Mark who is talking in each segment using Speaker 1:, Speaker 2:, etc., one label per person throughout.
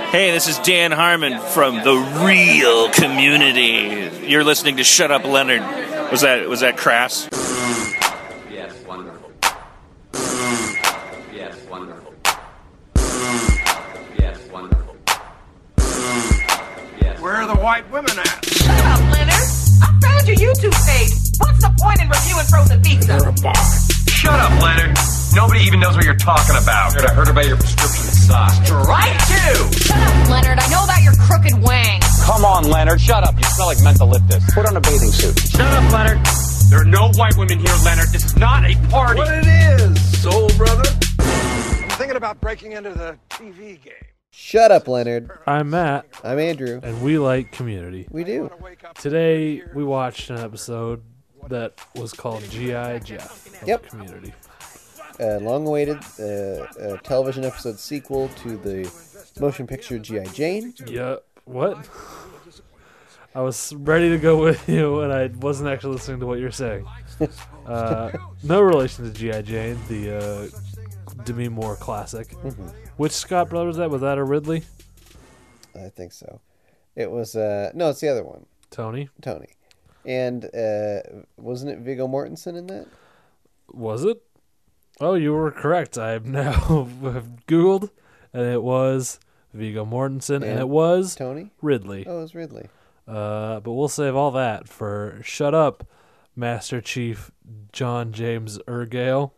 Speaker 1: Hey, this is Dan Harmon from the Real Community. You're listening to Shut Up Leonard. Was that was that crass?
Speaker 2: Yes, wonderful. Yes, wonderful. Yes, wonderful. Yes.
Speaker 3: Where are the white women at?
Speaker 4: Shut up, Leonard. I found your YouTube page. What's the point in reviewing frozen pizza?
Speaker 3: Shut up, Leonard. Nobody even knows what you're talking about.
Speaker 2: I heard about your prescription sauce.
Speaker 3: Right to.
Speaker 5: Shut up, Leonard. I know about your crooked wang.
Speaker 2: Come on, Leonard. Shut up. You smell like mentholyptus. Put on a bathing suit.
Speaker 3: Shut up, Leonard.
Speaker 6: There are no white women here, Leonard. This is not a party.
Speaker 3: What it is, soul brother? I'm thinking about breaking into the TV game.
Speaker 7: Shut up, Leonard.
Speaker 8: I'm Matt,
Speaker 7: I'm Andrew.
Speaker 8: and we like community.
Speaker 7: We do.
Speaker 3: Wake up.
Speaker 8: Today, we watched an episode that was called G.I. Jeff. of
Speaker 7: Yep.
Speaker 8: Community.
Speaker 7: A long-awaited uh, uh, television episode sequel to the motion picture G.I. Jane.
Speaker 8: Yeah. What? I was ready to go with you, and I wasn't actually listening to what you're saying. Uh, no relation to G.I. Jane, the uh, Demi Moore classic. Which Scott brother was that? Was that a Ridley?
Speaker 7: I think so. It was, uh, no, it's the other one,
Speaker 8: Tony?
Speaker 7: Tony. And uh, wasn't it Viggo Mortensen in that?
Speaker 8: Was it? Oh, you were correct. I have now Googled, and it was Vigo Mortensen, and
Speaker 7: Yeah.
Speaker 8: it was
Speaker 7: Tony?
Speaker 8: Ridley.
Speaker 7: Oh, it was Ridley.
Speaker 8: Uh, but we'll save all that for Shut Up, Master Chief John James Ergale,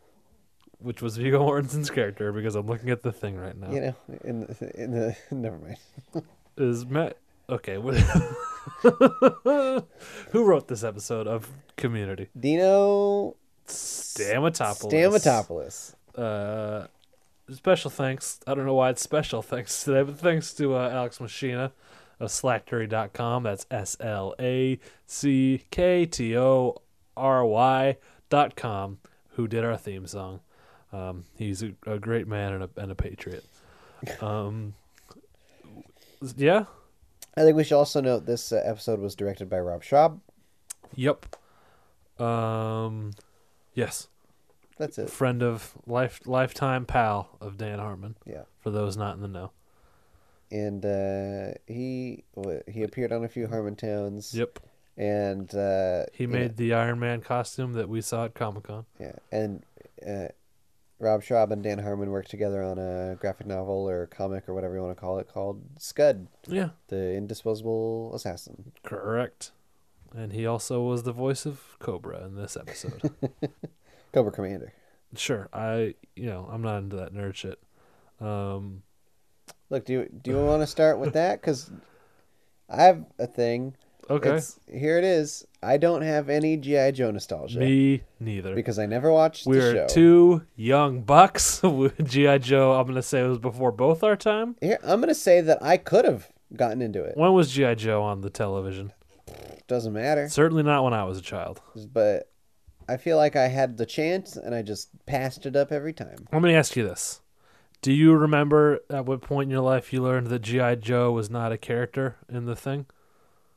Speaker 8: which was Viggo Mortensen's character because I'm looking at the thing right now.
Speaker 7: You know, in the, in the never mind.
Speaker 8: Is Matt. Okay. What... Who wrote this episode of Community?
Speaker 7: Dino
Speaker 8: Stamatopoulos.
Speaker 7: Stamatopoulos.
Speaker 8: uh, special thanks. I don't know why it's special thanks today, but thanks to uh, Alex Machina of slacktory.com. That's S L A C K T O R Y dot com, who did our theme song. Um, he's a, a great man and a, and a patriot. Um, yeah.
Speaker 7: I think we should also note this uh, episode was directed by Rob Schaub.
Speaker 8: Yep. Um, yes.
Speaker 7: That's it.
Speaker 8: Friend of life, lifetime pal of Dan Harmon.
Speaker 7: Yeah.
Speaker 8: For those not in the know.
Speaker 7: And uh, he wa- he appeared on a few Harmontowns.
Speaker 8: Yep.
Speaker 7: and uh,
Speaker 8: He
Speaker 7: you know,
Speaker 8: made the Iron Man costume that we saw at Comic Con.
Speaker 7: yeah, and uh, Rob Schraub and Dan Harmon worked together on a graphic novel or comic or whatever you want to call it called Scud,
Speaker 8: Yeah,
Speaker 7: the Indisposable Assassin.
Speaker 8: correct. And he also was the voice of Cobra in this episode.
Speaker 7: Cobra Commander.
Speaker 8: sure, I you know I'm not into that nerd shit. Um,
Speaker 7: Look, do you, do you want to start with that? Because I have a thing.
Speaker 8: okay,
Speaker 7: It's, here it is. I don't have any GI Joe nostalgia
Speaker 8: me neither.
Speaker 7: because I never watched
Speaker 8: we
Speaker 7: the
Speaker 8: are
Speaker 7: show.
Speaker 8: two young bucks. GI Joe. I'm gonna say it was before both our time.
Speaker 7: Here, I'm gonna say that I could have gotten into it.
Speaker 8: When was GI Joe on the television?
Speaker 7: Doesn't matter.
Speaker 8: Certainly not when I was a child.
Speaker 7: but I feel like I had the chance and I just passed it up every time.
Speaker 8: Let me ask you this. Do you remember at what point in your life you learned that G.I. Joe was not a character in the thing?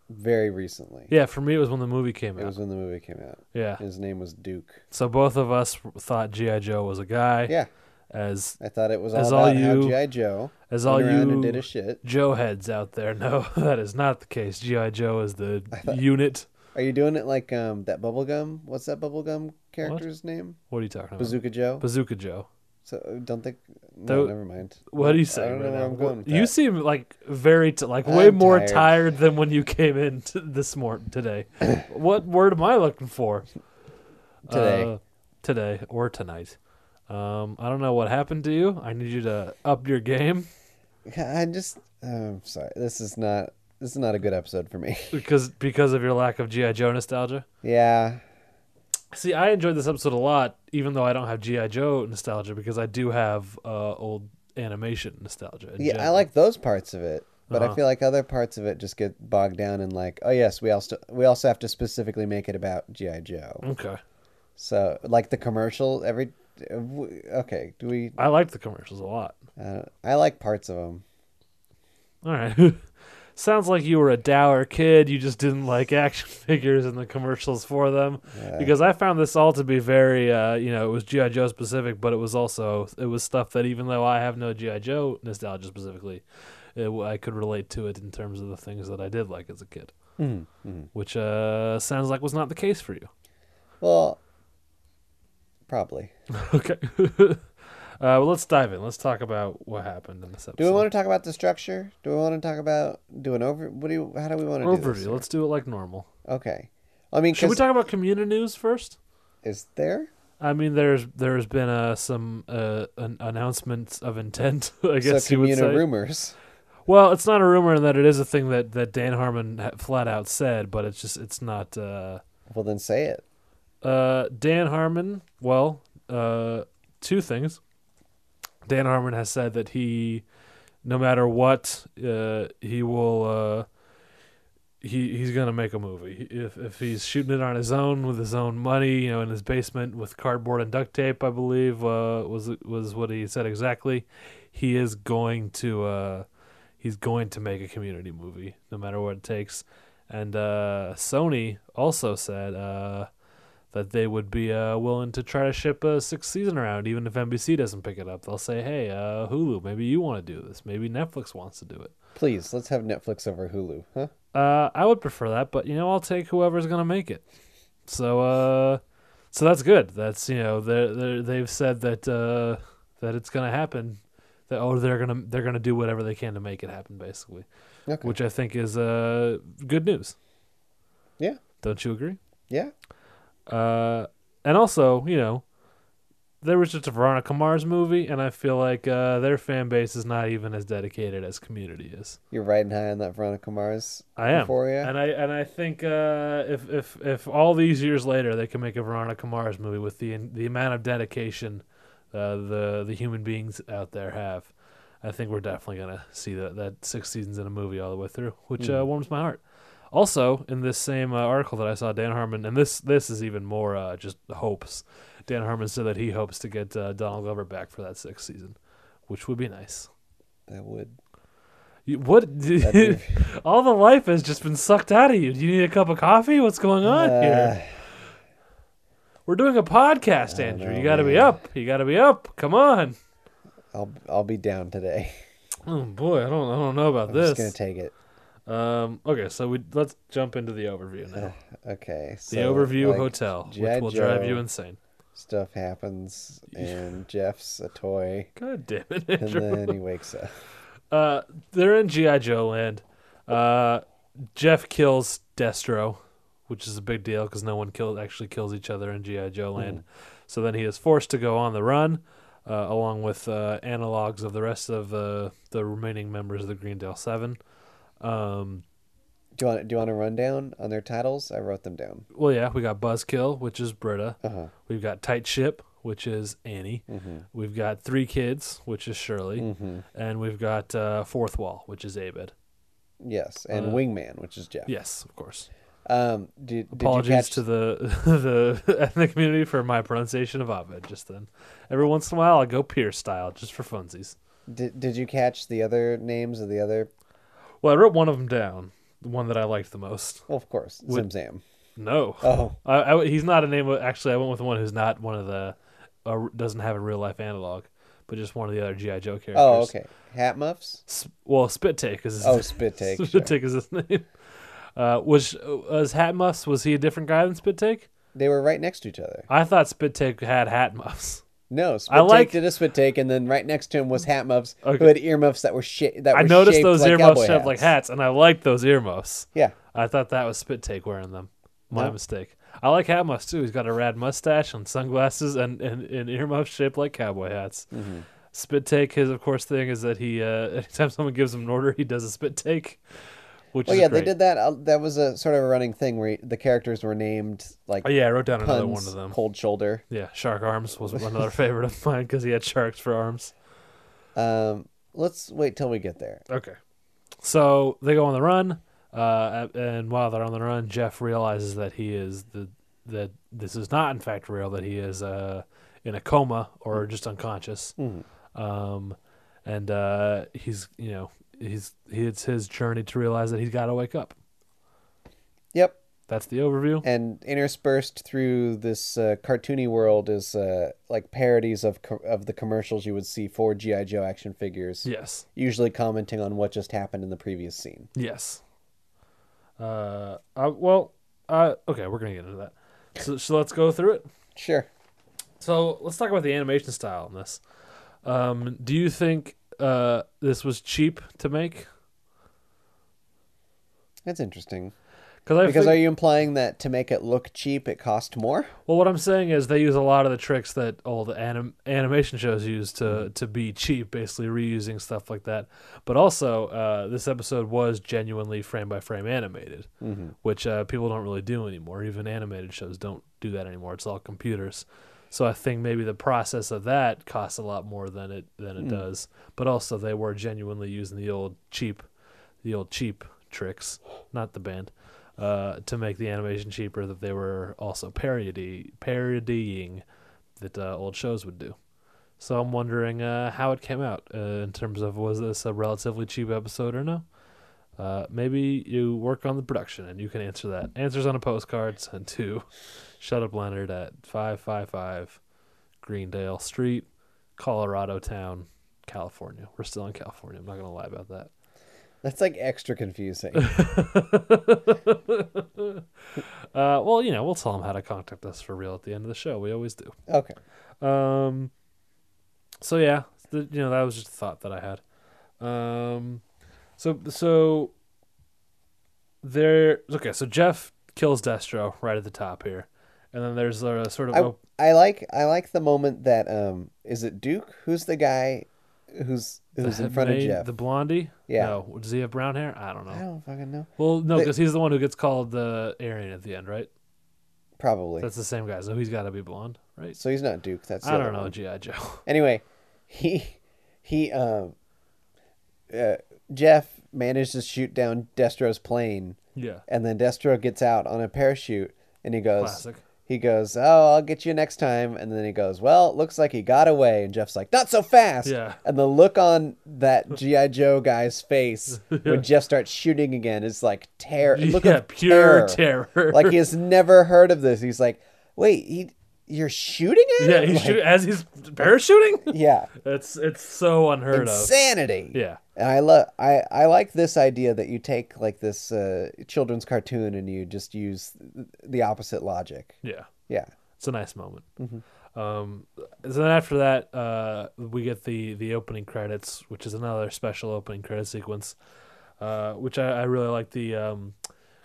Speaker 7: Very recently.
Speaker 8: Yeah, for me it was when the movie came
Speaker 7: It
Speaker 8: out.
Speaker 7: was when the movie came out.
Speaker 8: yeah.
Speaker 7: His name was Duke.
Speaker 8: So both of us thought GI Joe was a guy.
Speaker 7: Yeah.
Speaker 8: As
Speaker 7: I thought it was
Speaker 8: As
Speaker 7: all
Speaker 8: all
Speaker 7: about how
Speaker 8: you-
Speaker 7: G.I. Joe
Speaker 8: as all
Speaker 7: went around
Speaker 8: you
Speaker 7: and did a shit.
Speaker 8: Joe heads out there, no, that is not the case. GI Joe is the unit.
Speaker 7: Are you doing it like um that bubblegum? What's that bubblegum character's name?
Speaker 8: What are you talking about?
Speaker 7: Bazooka Joe?
Speaker 8: Bazooka Joe.
Speaker 7: so uh, don't think no,
Speaker 8: Tho-
Speaker 7: never mind.
Speaker 8: What are you
Speaker 7: I
Speaker 8: saying
Speaker 7: don't know
Speaker 8: right
Speaker 7: where
Speaker 8: now?
Speaker 7: I'm going with
Speaker 8: you
Speaker 7: that.
Speaker 8: seem like very t- like way
Speaker 7: I'm
Speaker 8: more
Speaker 7: tired.
Speaker 8: tired. than when you came in t- this morning today. what word am I looking for?
Speaker 7: Today.
Speaker 8: Uh, today or tonight. Um, I don't know what happened to you. I need you to up your game.
Speaker 7: Uh, I just um sorry. This is not this is not a good episode for me.
Speaker 8: because because of your lack of GI Joe nostalgia.
Speaker 7: yeah.
Speaker 8: See, I enjoyed this episode a lot, even though I don't have GI Joe nostalgia because I do have uh, old animation nostalgia. in
Speaker 7: Yeah, I
Speaker 8: general.
Speaker 7: like those parts of it, but
Speaker 8: Uh-huh.
Speaker 7: I feel like other parts of it just get bogged down in like, oh yes, we also we also have to specifically make it about GI Joe.
Speaker 8: Okay,
Speaker 7: So like the commercial every uh, w- okay, do we?
Speaker 8: I liked the commercials a lot.
Speaker 7: Uh, I like parts of them.
Speaker 8: All right, sounds like you were a dour kid. You just didn't like action figures and the commercials for them because I found this all to be very, uh, you know, it was GI Joe specific, but it was also it was stuff that even though I have no GI Joe nostalgia specifically, it, I could relate to it in terms of the things that I did like as a kid,
Speaker 7: Hmm,
Speaker 8: which uh, sounds like was not the case for you.
Speaker 7: Well, probably.
Speaker 8: Okay. uh, well, let's dive in. Let's talk about what happened in this episode.
Speaker 7: Do we want to talk about the structure? Do we want to talk about do an over? What do you? How do we want to do this?
Speaker 8: overview? Let's do it like normal.
Speaker 7: Okay. I mean,
Speaker 8: Should we
Speaker 7: 'cause-
Speaker 8: talk about community news first?
Speaker 7: is there?
Speaker 8: I mean, there's there's been uh, some uh, an announcements of intent. I guess
Speaker 7: so
Speaker 8: you would
Speaker 7: communal
Speaker 8: say.
Speaker 7: rumors.
Speaker 8: Well, it's not a rumor in that it is a thing that, that Dan Harmon ha- flat out said, but it's just it's not. Uh,
Speaker 7: Well, then say it.
Speaker 8: uh, Dan Harmon. Well, uh, two things. Dan Harmon has said that he, no matter what, uh, he will. Uh, he he's gonna make a movie. If if he's shooting it on his own with his own money, you know, in his basement with cardboard and duct tape, I believe uh, was was what he said exactly. He is going to uh, he's going to make a community movie, no matter what it takes. And uh, Sony also said uh, that they would be uh, willing to try to ship a sixth season around, even if NBC doesn't pick it up. They'll say, "Hey, uh, Hulu, maybe you want to do this. Maybe Netflix wants to do it."
Speaker 7: Please, let's have Netflix over Hulu, huh?
Speaker 8: Uh, I would prefer that, but you know, I'll take whoever's gonna make it. So, uh, so that's good. That's you know, they they they've said that uh, that it's gonna happen. That oh, they're gonna they're gonna do whatever they can to make it happen, basically,
Speaker 7: Okay.
Speaker 8: which I think is uh good news.
Speaker 7: Yeah.
Speaker 8: Don't you agree?
Speaker 7: Yeah.
Speaker 8: Uh, and also, you know, there was just a Veronica Mars movie, and I feel like uh, their fan base is not even as dedicated as Community is.
Speaker 7: You're riding high on that Veronica Mars.
Speaker 8: I am,
Speaker 7: Euphoria.
Speaker 8: and I and I think uh, if if if all these years later they can make a Veronica Mars movie with the the amount of dedication uh, the the human beings out there have, I think we're definitely gonna see that that six seasons in a movie all the way through, which uh, warms my heart. Also, in this same uh, article that I saw, Dan Harmon, and this this is even more uh, just hopes. Dan Harmon said that he hopes to get uh, Donald Glover back for that sixth season, which would be nice.
Speaker 7: That would.
Speaker 8: You, what?
Speaker 7: That'd
Speaker 8: all the life has just been sucked out of you. Do you need a cup of coffee? What's going on
Speaker 7: Uh,
Speaker 8: here? We're doing a podcast, Andrew.
Speaker 7: know,
Speaker 8: you got to be
Speaker 7: man.
Speaker 8: up. You got to be up. Come on.
Speaker 7: I'll I'll be down today.
Speaker 8: Oh boy, I don't, I don't know about
Speaker 7: I'm
Speaker 8: this.
Speaker 7: just gonna take it.
Speaker 8: um, okay, so we let's jump into the overview now.
Speaker 7: Okay.
Speaker 8: The
Speaker 7: Uh, So,
Speaker 8: overview
Speaker 7: like,
Speaker 8: hotel,
Speaker 7: G.I.
Speaker 8: which will drive you
Speaker 7: Joe
Speaker 8: insane.
Speaker 7: Stuff happens, and Jeff's a toy,
Speaker 8: God damn it,
Speaker 7: and
Speaker 8: Andrew.
Speaker 7: then he wakes up.
Speaker 8: Uh, they're in GI Joe land. Uh, Jeff kills Destro, which is a big deal because no one kills actually kills each other in GI Joe land. So then he is forced to go on the run, uh, along with uh, analogs of the rest of the the remaining members of the Greendale Seven.
Speaker 7: Do you want do you want a rundown on their titles? I wrote them down.
Speaker 8: Well, yeah, we got Buzzkill, which is Britta. We've got Tight Ship, which is Annie. We've got Three Kids, which is Shirley, and we've got uh, Fourth Wall, which is Abed.
Speaker 7: Yes,
Speaker 8: Uh,
Speaker 7: and Wingman, which is Jeff.
Speaker 8: Yes, of course.
Speaker 7: Um. Did, did you
Speaker 8: Apologies
Speaker 7: catch
Speaker 8: to the the ethnic community for my pronunciation of Abed just then. Every once in a while, I go Pierce style just for funsies.
Speaker 7: did, did you catch the other names of the other?
Speaker 8: Well, I wrote one of them down, the one that I liked the most.
Speaker 7: Well, of course, Zim Zam.
Speaker 8: No,
Speaker 7: Oh,
Speaker 8: I, I- he's not a name. Actually, I went with one who's not one of the uh, doesn't have a real life analog, but just one of the other GI Joe characters.
Speaker 7: oh, okay. Hat muffs.
Speaker 8: S- well, Spit Take is his
Speaker 7: Oh, Spit Take,
Speaker 8: Spit
Speaker 7: sure.
Speaker 8: Take is his name. Uh, was was Hat Muffs? Was he a different guy than Spit Take?
Speaker 7: They were right next to each other.
Speaker 8: I thought Spit Take had Hat Muffs.
Speaker 7: No, spit
Speaker 8: I like-
Speaker 7: take did a spit take, and then right next to him was hat muffs
Speaker 8: Okay.
Speaker 7: who had earmuffs that were shit. That
Speaker 8: I
Speaker 7: were
Speaker 8: noticed
Speaker 7: shaped
Speaker 8: those
Speaker 7: like
Speaker 8: earmuffs
Speaker 7: cowboy
Speaker 8: shaped like hats, and I liked those earmuffs.
Speaker 7: Yeah,
Speaker 8: I thought that was Spit Take wearing them. My
Speaker 7: No.
Speaker 8: mistake. I like Hat Muffs too. He's got a rad mustache and sunglasses and, and, and earmuffs shaped like cowboy hats.
Speaker 7: Mm-hmm.
Speaker 8: Spit Take, his of course thing is that he, uh, anytime someone gives him an order, he does a spit take. Which
Speaker 7: well,
Speaker 8: is
Speaker 7: yeah,
Speaker 8: great.
Speaker 7: they did that. Uh, that was a sort of a running thing where the characters were named like
Speaker 8: Oh, yeah, I wrote down another one
Speaker 7: puns,
Speaker 8: of them.
Speaker 7: cold shoulder.
Speaker 8: Yeah, Shark Arms was another favorite of mine because he had sharks for arms.
Speaker 7: Um, let's wait till we get there.
Speaker 8: Okay. So they go on the run, uh, and while they're on the run, Jeff realizes that he is the that this is not in fact real. That he is uh, in a coma or just unconscious, um, and uh, he's you know he's it's his journey to realize that he's got to wake up.
Speaker 7: Yep,
Speaker 8: That's the overview.
Speaker 7: and interspersed through this uh, cartoony world is uh, like parodies of co- of the commercials you would see for GI Joe action figures.
Speaker 8: Yes.
Speaker 7: Usually commenting on what just happened in the previous scene.
Speaker 8: Yes. Uh, I, well, uh, okay, we're gonna get into that. So, so let's go through it.
Speaker 7: Sure.
Speaker 8: So let's talk about the animation style in this. Um, do you think uh, this was cheap to make?
Speaker 7: That's interesting.
Speaker 8: Cause I
Speaker 7: Because
Speaker 8: think-
Speaker 7: are you implying that to make it look cheap, it cost more?
Speaker 8: well, what I'm saying is they use a lot of the tricks that all the anim- animation shows use to to be cheap, basically reusing stuff like that. But also, uh, this episode was genuinely frame by frame animated, which uh, people don't really do anymore. Even animated shows don't do that anymore. It's all computers. So I think maybe the process of that costs a lot more than it than it does. But also, they were genuinely using the old cheap the old cheap tricks, not the band, uh, to make the animation cheaper that they were also parody parodying that uh, old shows would do. So I'm wondering uh, how it came out uh, in terms of was this a relatively cheap episode or no? Uh, maybe you work on the production and you can answer that. Answers on a postcard sent to Shut Up Leonard at 555 Greendale Street, Colorado Town, California. We're still in California. I'm not going to lie about that.
Speaker 7: That's like extra confusing.
Speaker 8: Uh, well, you know, we'll tell them how to contact us for real at the end of the show. We always do.
Speaker 7: okay.
Speaker 8: Um, so yeah, the, you know, that was just a thought that I had. Um, so so there. Okay, so Jeff kills Destro right at the top here, and then there's a sort of
Speaker 7: I,
Speaker 8: op-
Speaker 7: I like I like the moment that um is it Duke? Who's the guy who's who's in front of
Speaker 8: maid-
Speaker 7: Jeff?
Speaker 8: the blondie.
Speaker 7: Yeah.
Speaker 8: No, does he have brown hair? I don't know.
Speaker 7: I don't fucking know.
Speaker 8: well, no,
Speaker 7: the-
Speaker 8: because he's the one who gets called the Aryan at the end, right?
Speaker 7: Probably.
Speaker 8: That's the same guy, so he's got to be blonde, right?
Speaker 7: So he's not Duke. That's the
Speaker 8: I
Speaker 7: other
Speaker 8: don't know,
Speaker 7: one.
Speaker 8: GI Joe.
Speaker 7: Anyway, he he um uh, Jeff managed to shoot down Destro's plane,
Speaker 8: yeah.
Speaker 7: and then Destro gets out on a parachute, and he goes.
Speaker 8: Classic.
Speaker 7: He goes, "Oh, I'll get you next time." And then he goes, "Well, it looks like he got away." And Jeff's like, "Not so fast!"
Speaker 8: Yeah.
Speaker 7: And the look on that GI Joe guy's face when Jeff starts shooting again is like terror. Look
Speaker 8: Yeah,
Speaker 7: of
Speaker 8: pure
Speaker 7: terror.
Speaker 8: terror.
Speaker 7: like he has never heard of this. He's like, "Wait, he, you're shooting at
Speaker 8: Yeah,
Speaker 7: him?"
Speaker 8: he's
Speaker 7: Like,
Speaker 8: shoot- as he's parachuting.
Speaker 7: Yeah,
Speaker 8: It's it's so unheard of.
Speaker 7: insanity.
Speaker 8: Yeah,
Speaker 7: And I love I I like this idea that you take like this uh, children's cartoon and you just use th- the opposite logic.
Speaker 8: yeah.
Speaker 7: Yeah.
Speaker 8: It's a nice moment. Um, so then after that, uh, we get the the opening credits, which is another special opening credit sequence, uh, which I, I really like the um,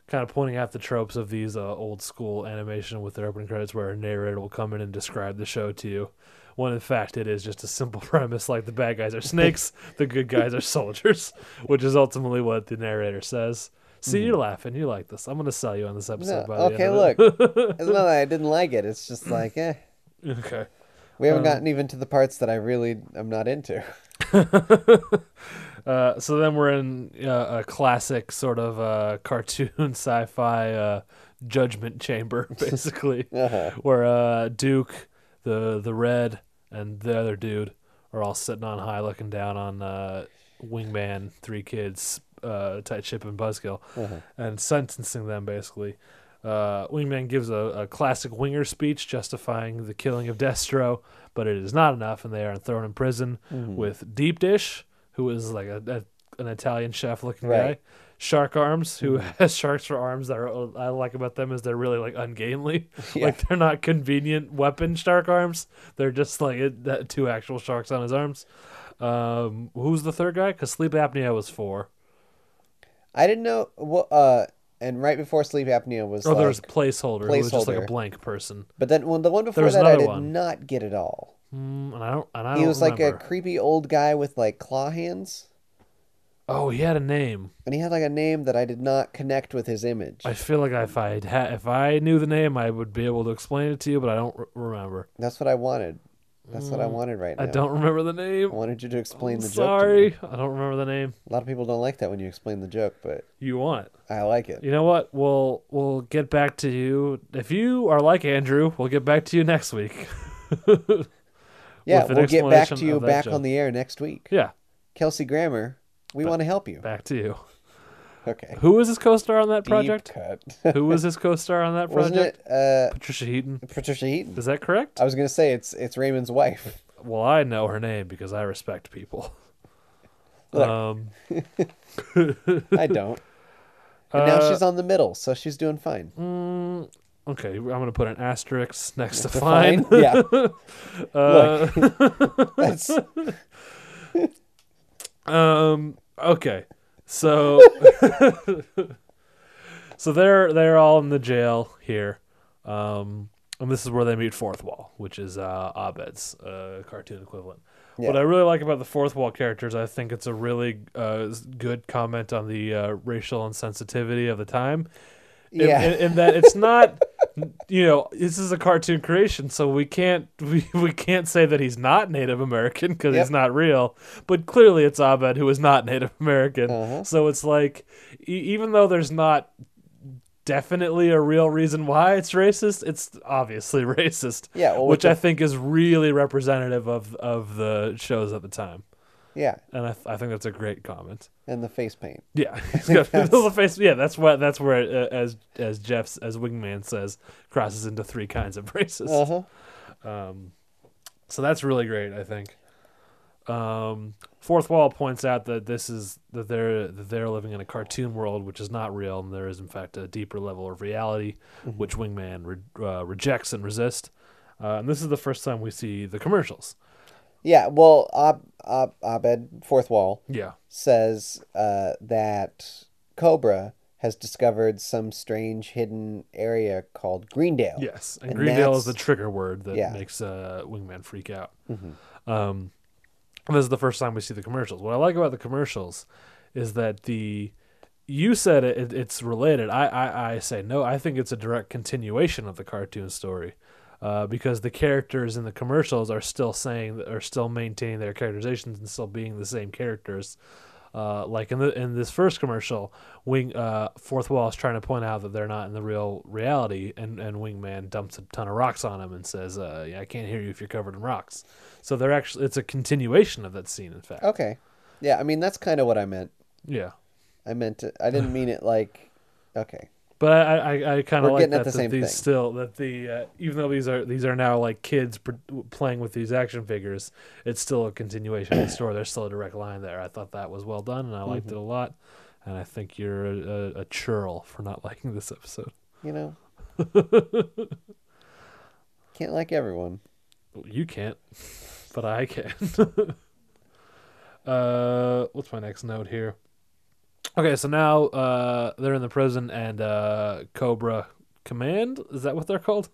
Speaker 8: kind of pointing out the tropes of these uh, old school animation with their opening credits, where a narrator will come in and describe the show to you. When in fact it is just a simple premise, like the bad guys are snakes, the good guys are soldiers, which is ultimately what the narrator says. See, you're laughing. You like this. I'm going to sell you on this episode.
Speaker 7: No,
Speaker 8: by the end
Speaker 7: okay,
Speaker 8: of it.
Speaker 7: look. it's not that I didn't like it. It's just like, eh.
Speaker 8: Okay.
Speaker 7: We haven't
Speaker 8: Uh-huh.
Speaker 7: gotten even to the parts that I really am not into.
Speaker 8: Uh, so then we're in uh, a classic sort of uh, cartoon sci-fi uh, judgment chamber, basically, where uh, Duke, the the red, and the other dude are all sitting on high, looking down on uh, Wingman, three kids, uh, tight ship, and Buzzkill, and sentencing them basically. Uh, Wingman gives a, a classic winger speech justifying the killing of Destro, but it is not enough, and they are thrown in prison with Deep Dish, who is like a, a- an Italian chef looking
Speaker 7: Right. Mm-hmm.
Speaker 8: guy, Shark Arms, who has sharks for arms. That are, what I like about them is they're really like ungainly, like they're not convenient weapon shark arms. They're just like it, that, two actual sharks on his arms. Um, who's the third guy? Because sleep apnea was four.
Speaker 7: I didn't know what. Uh, and right before sleep apnea was.
Speaker 8: Oh,
Speaker 7: like,
Speaker 8: there was a placeholder, who was just like a
Speaker 7: placeholder.
Speaker 8: blank person,
Speaker 7: But then when the one before
Speaker 8: was
Speaker 7: that, I
Speaker 8: another
Speaker 7: did
Speaker 8: one.
Speaker 7: not get at all.
Speaker 8: Mm, and I don't. And I
Speaker 7: He
Speaker 8: don't
Speaker 7: was like a
Speaker 8: remember.
Speaker 7: creepy old guy with like claw hands,
Speaker 8: Oh, he had a name.
Speaker 7: and he had like a name that I did not connect with his image.
Speaker 8: I feel like if I ha- if I knew the name, I would be able to explain it to you, but I don't r remember.
Speaker 7: That's what I wanted. That's what I wanted right now.
Speaker 8: Hmm. I don't remember the
Speaker 7: I
Speaker 8: name.
Speaker 7: wanted you to explain the joke.
Speaker 8: Sorry, I don't remember the name.
Speaker 7: to me. A lot of people don't like that when you explain the joke, but
Speaker 8: You want?
Speaker 7: I like it.
Speaker 8: You know what? We'll we'll get back to you if you are like Andrew. We'll get back to you next week.
Speaker 7: Yeah,
Speaker 8: with an
Speaker 7: we'll get back
Speaker 8: explanation
Speaker 7: to you
Speaker 8: of that
Speaker 7: back
Speaker 8: joke.
Speaker 7: on the air next week.
Speaker 8: yeah,
Speaker 7: Kelsey Grammer, we want to help you.
Speaker 8: back to you.
Speaker 7: Okay.
Speaker 8: Who was his co-star on that
Speaker 7: Deep
Speaker 8: project?
Speaker 7: cut.
Speaker 8: Who was his co-star on that project?
Speaker 7: Wasn't it uh,
Speaker 8: Patricia Heaton.
Speaker 7: Patricia Heaton?
Speaker 8: Is that correct?
Speaker 7: I was gonna say it's it's Raymond's wife.
Speaker 8: Well, I know her name because I respect people.
Speaker 7: Look.
Speaker 8: Um,
Speaker 7: I don't. And
Speaker 8: Uh,
Speaker 7: now she's on the middle, so she's doing fine.
Speaker 8: okay, I'm gonna put an asterisk next to
Speaker 7: To
Speaker 8: fine.
Speaker 7: Yeah.
Speaker 8: Uh,
Speaker 7: Look, that's
Speaker 8: Um. Okay. So. so they're they're all in the jail here, um, and this is where they meet Fourth Wall, which is uh, Abed's uh, cartoon equivalent. What
Speaker 7: Yeah.
Speaker 8: I really like about the Fourth Wall characters, I think it's a really uh, s- good comment on the uh, racial insensitivity of the time. In-
Speaker 7: Yeah.
Speaker 8: In, in that it's not. You know, this is a cartoon creation, so we can't we, we can't say that he's not Native American because
Speaker 7: Yep.
Speaker 8: he's not real. But clearly, it's Abed who is not Native American.
Speaker 7: Uh-huh.
Speaker 8: So it's like, e- even though there's not definitely a real reason why it's racist, it's obviously racist.
Speaker 7: Yeah, well,
Speaker 8: which
Speaker 7: with
Speaker 8: I
Speaker 7: the-
Speaker 8: think is really representative of of the shows at the time,
Speaker 7: yeah.
Speaker 8: and I, th- I think that's a great comment.
Speaker 7: And the face paint.
Speaker 8: Yeah, he's got the little face. Yeah, that's what that's where uh, as as Jeff's as Wingman says crosses into three kinds of racist.
Speaker 7: Uh huh.
Speaker 8: So that's really great, I think. Um, Fourth Wall points out that this is that they're that they're living in a cartoon world which is not real, and there is in fact a deeper level of reality which Wingman re- uh, rejects and resists. Uh, and this is the first time we see the commercials.
Speaker 7: Yeah. Well, Ab, Ab, Abed Fourth Wall
Speaker 8: Yeah,
Speaker 7: says uh, that Cobra has discovered some strange hidden area called Greendale.
Speaker 8: yes, and,
Speaker 7: And
Speaker 8: Greendale is the
Speaker 7: that's-
Speaker 8: trigger word that
Speaker 7: Yeah. Mm-hmm.
Speaker 8: makes uh, Wingman freak out. Um, and this is the first time we see the commercials. What I like about the commercials is that the you said it, it, it's related. I, I I say no. I think it's a direct continuation of the cartoon story, uh, because the characters in the commercials are still saying are still maintaining their characterizations and still being the same characters. Uh, like in the in this first commercial, Wing uh, Fourth Wall is trying to point out that they're not in the real reality, and, and Wingman dumps a ton of rocks on him and says, uh, "Yeah, I can't hear you if you're covered in rocks." So they're actually it's a continuation of that scene, in fact.
Speaker 7: Okay. Yeah. I mean, that's kind of what I meant.
Speaker 8: Yeah,
Speaker 7: I meant. It, I didn't mean it like. Okay.
Speaker 8: but I I, I kind of
Speaker 7: We're
Speaker 8: like
Speaker 7: getting at
Speaker 8: that,
Speaker 7: the
Speaker 8: that
Speaker 7: same
Speaker 8: these
Speaker 7: thing.
Speaker 8: still that the uh, even though these are these are now like kids pr- playing with these action figures, it's still a continuation of the story. There's still a direct line there. I thought that was well done, and I liked
Speaker 7: Mm-hmm.
Speaker 8: it a lot. And I think you're a, a, a churl for not liking this episode.
Speaker 7: You know. Can't like everyone.
Speaker 8: You can't, but I can. uh, what's my next note here? Okay, so now uh, they're in the prison, and uh, Cobra Command is that what they're called?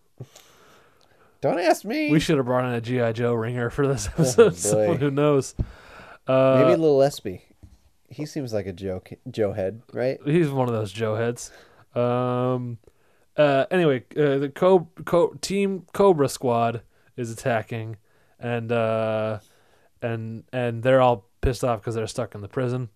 Speaker 7: Don't ask me.
Speaker 8: We should have brought in a GI Joe ringer for this episode. Someone
Speaker 7: boy.
Speaker 8: who knows.
Speaker 7: Maybe
Speaker 8: Uh,
Speaker 7: Little Espy. He seems like a Joe ki- Joe head, right?
Speaker 8: he's one of those Joe heads. Um, uh, anyway, uh, the co- co- team Cobra Squad is attacking, and uh, and and they're all pissed off because they're stuck in the prison.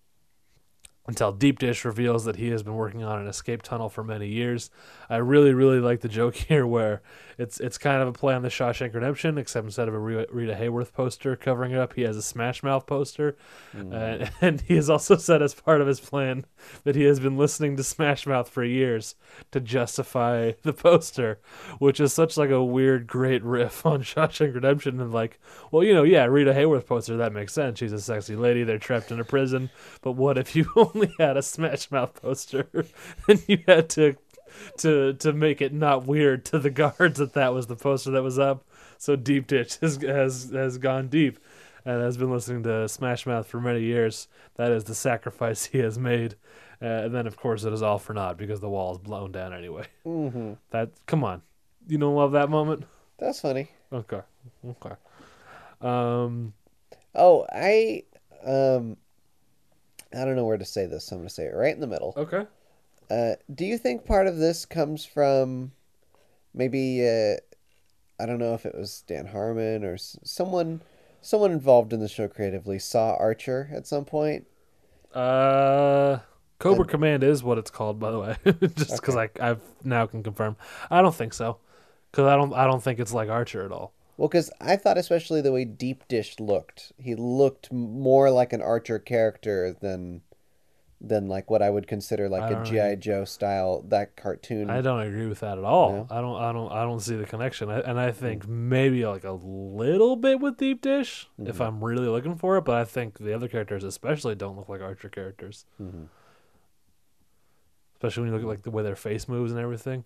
Speaker 8: Until Deep Dish reveals that he has been working on an escape tunnel for many years. I really, really like the joke here, where it's it's kind of a play on the Shawshank Redemption, except instead of a Rita, Rita Hayworth poster covering it up, he has a Smash Mouth poster, Uh, and he has also said as part of his plan that he has been listening to Smash Mouth for years to justify the poster, which is such like a weird, great riff on Shawshank Redemption, and like, well, you know, yeah, Rita Hayworth poster that makes sense. She's a sexy lady. They're trapped in a prison, but what if you only had a Smash Mouth poster and you had to to to make it not weird to the guards that that was the poster that was up. So Deep Ditch has has, has gone deep and has been listening to Smash Mouth for many years. That is the sacrifice he has made. Uh, and then, of course, it is all for naught because the wall is blown down anyway. Mm-hmm. That come on, you don't love that moment.
Speaker 7: That's funny.
Speaker 8: Okay, okay. Um,
Speaker 7: Oh, I um I don't know where to say this, so I'm gonna say it right in the middle.
Speaker 8: okay.
Speaker 7: Uh, do you think part of this comes from maybe uh, I don't know if it was Dan Harmon or s- someone someone involved in the show creatively saw Archer at some point?
Speaker 8: Uh, Cobra Command is what it's called, by the way. Just because I I've now can confirm. I don't think so, because I don't I don't think it's like Archer at all.
Speaker 7: Well, because I thought especially the way Deep Dish looked, he looked m- more like an Archer character than than like what I would consider like a
Speaker 8: don't
Speaker 7: GI Joe style that cartoon.
Speaker 8: I don't agree with that at all. I don't. I don't. I don't see the connection. I, and I think maybe like a little bit with Deep Dish, if I'm really looking for it. But I think the other characters, especially, don't look like Archer characters. Especially when you look at like the way their face moves and everything.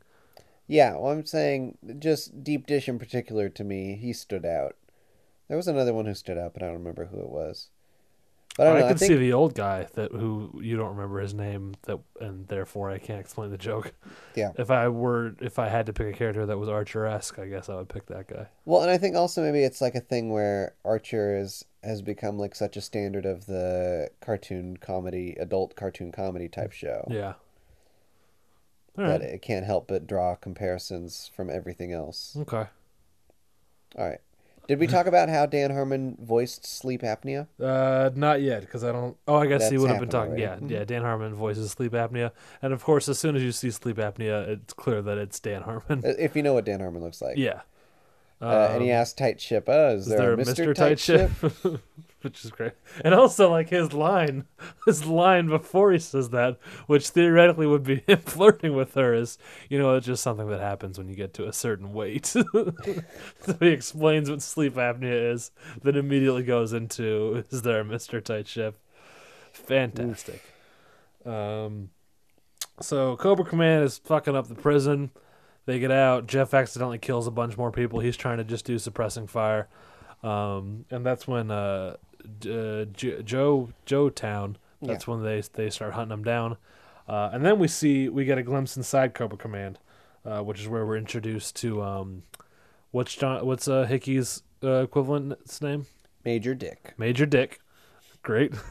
Speaker 7: Yeah, well, I'm saying just Deep Dish in particular to me, he stood out. There was another one who stood out, but I don't remember who it was. But I
Speaker 8: I,
Speaker 7: don't know.
Speaker 8: can
Speaker 7: I think
Speaker 8: see the old guy that who you don't remember his name that, and therefore I can't explain the joke.
Speaker 7: yeah.
Speaker 8: If I were, if I had to pick a character that was Archer-esque, I guess I would pick that guy.
Speaker 7: Well, and I think also maybe it's like a thing where Archer is has become like such a standard of the cartoon comedy, adult cartoon comedy type show
Speaker 8: Yeah. All
Speaker 7: that
Speaker 8: right.
Speaker 7: it can't help but draw comparisons from everything else.
Speaker 8: Okay.
Speaker 7: All right. Did we talk about how Dan Harmon voiced sleep apnea?
Speaker 8: Uh, not yet, because I don't. Oh, I guess he
Speaker 7: That's
Speaker 8: would have been talking.
Speaker 7: happened
Speaker 8: Yeah, yeah. Dan Harmon voices sleep apnea, and of course, as soon as you see sleep apnea, it's clear that it's Dan Harmon.
Speaker 7: Uh, If you know what Dan Harmon looks like.
Speaker 8: yeah, um,
Speaker 7: Uh, and he asked Tight Ship, "Oh, is,
Speaker 8: is there a Mister Tight Ship? which is great, and also like his line, his line before he says that, which theoretically would be him flirting with her, is you know it's just something that happens when you get to a certain weight. so he explains what sleep apnea is, then immediately goes into is there a Mister Tight Ship? Fantastic. Um, so Cobra Command is fucking up the prison. They get out. Jeff accidentally kills a bunch more people. He's trying to just do suppressing fire, um, and that's when uh, D- uh, J- Joe Joe Town. That's when they they start hunting him down, uh, and then we see we get a glimpse inside Cobra Command, uh, which is where we're introduced to um, what's John what's uh, Hickey's uh, equivalent's name
Speaker 7: Major Dick.
Speaker 8: Major Dick, great.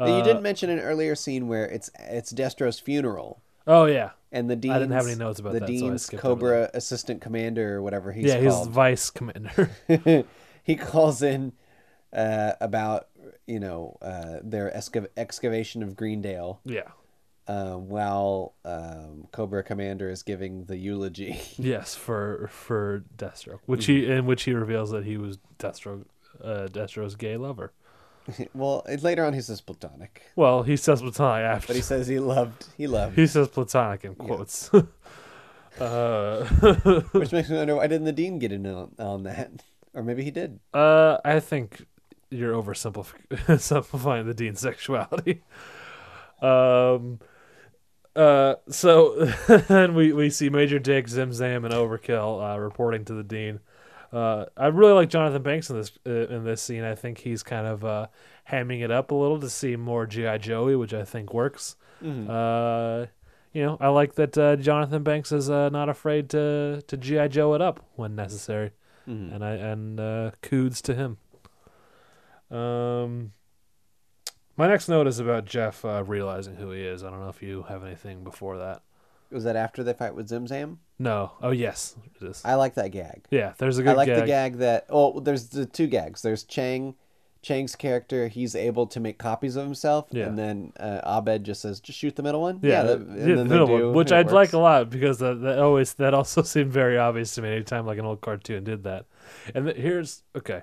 Speaker 8: Uh,
Speaker 7: you did mention an earlier scene where it's it's Destro's funeral
Speaker 8: oh yeah,
Speaker 7: and the dean's.
Speaker 8: didn't have any notes about
Speaker 7: the
Speaker 8: that, so I
Speaker 7: dean's
Speaker 8: skipped over
Speaker 7: Cobra assistant commander or whatever he's
Speaker 8: yeah,
Speaker 7: called.
Speaker 8: he's vice commander.
Speaker 7: he calls in uh, about you know uh, their excav- excavation of Greendale
Speaker 8: yeah.
Speaker 7: uh, while um, Cobra Commander is giving the eulogy.
Speaker 8: Yes, for for Destro, which
Speaker 7: Mm-hmm.
Speaker 8: he in which he reveals that he was Destro, uh, Destro's gay lover.
Speaker 7: well, and later on he says platonic,
Speaker 8: Well, he says platonic after,
Speaker 7: but he says he loved he loved,
Speaker 8: he says platonic in quotes.
Speaker 7: which makes me wonder why didn't the dean get in on, on that, or maybe he did.
Speaker 8: uh, I think you're oversimplifying simplifying the dean's sexuality. Um, uh, so then we we see Major Dick, Zim Zam, and Overkill uh, reporting to the dean. Uh, I really like Jonathan Banks in this uh, in this scene. I think he's kind of uh, hamming it up a little to see more GI Joey, which I think works. Uh, you know, I like that uh, Jonathan Banks is uh, not afraid to to GI Joe it up when necessary, and I and uh, kudos to him. Um, my next note is about Jeff uh, realizing who he is. I don't know if you have anything before that.
Speaker 7: Was that after the fight with Zimzam?
Speaker 8: No. Oh yes. It is.
Speaker 7: I like that gag.
Speaker 8: yeah. There's a good.
Speaker 7: I like the gag that oh there's the two gags. There's Chang, Chang's character. He's able to make copies of himself,
Speaker 8: Yeah.
Speaker 7: and then uh, Abed just says, "Just shoot the middle one."
Speaker 8: Yeah,
Speaker 7: that-
Speaker 8: the-
Speaker 7: and
Speaker 8: yeah,
Speaker 7: then
Speaker 8: the
Speaker 7: they
Speaker 8: middle one,
Speaker 7: do,
Speaker 8: which
Speaker 7: and it
Speaker 8: I'd like
Speaker 7: works.
Speaker 8: a lot because that, that always that also seemed very obvious to me. Anytime like an old cartoon did that, and th- here's okay,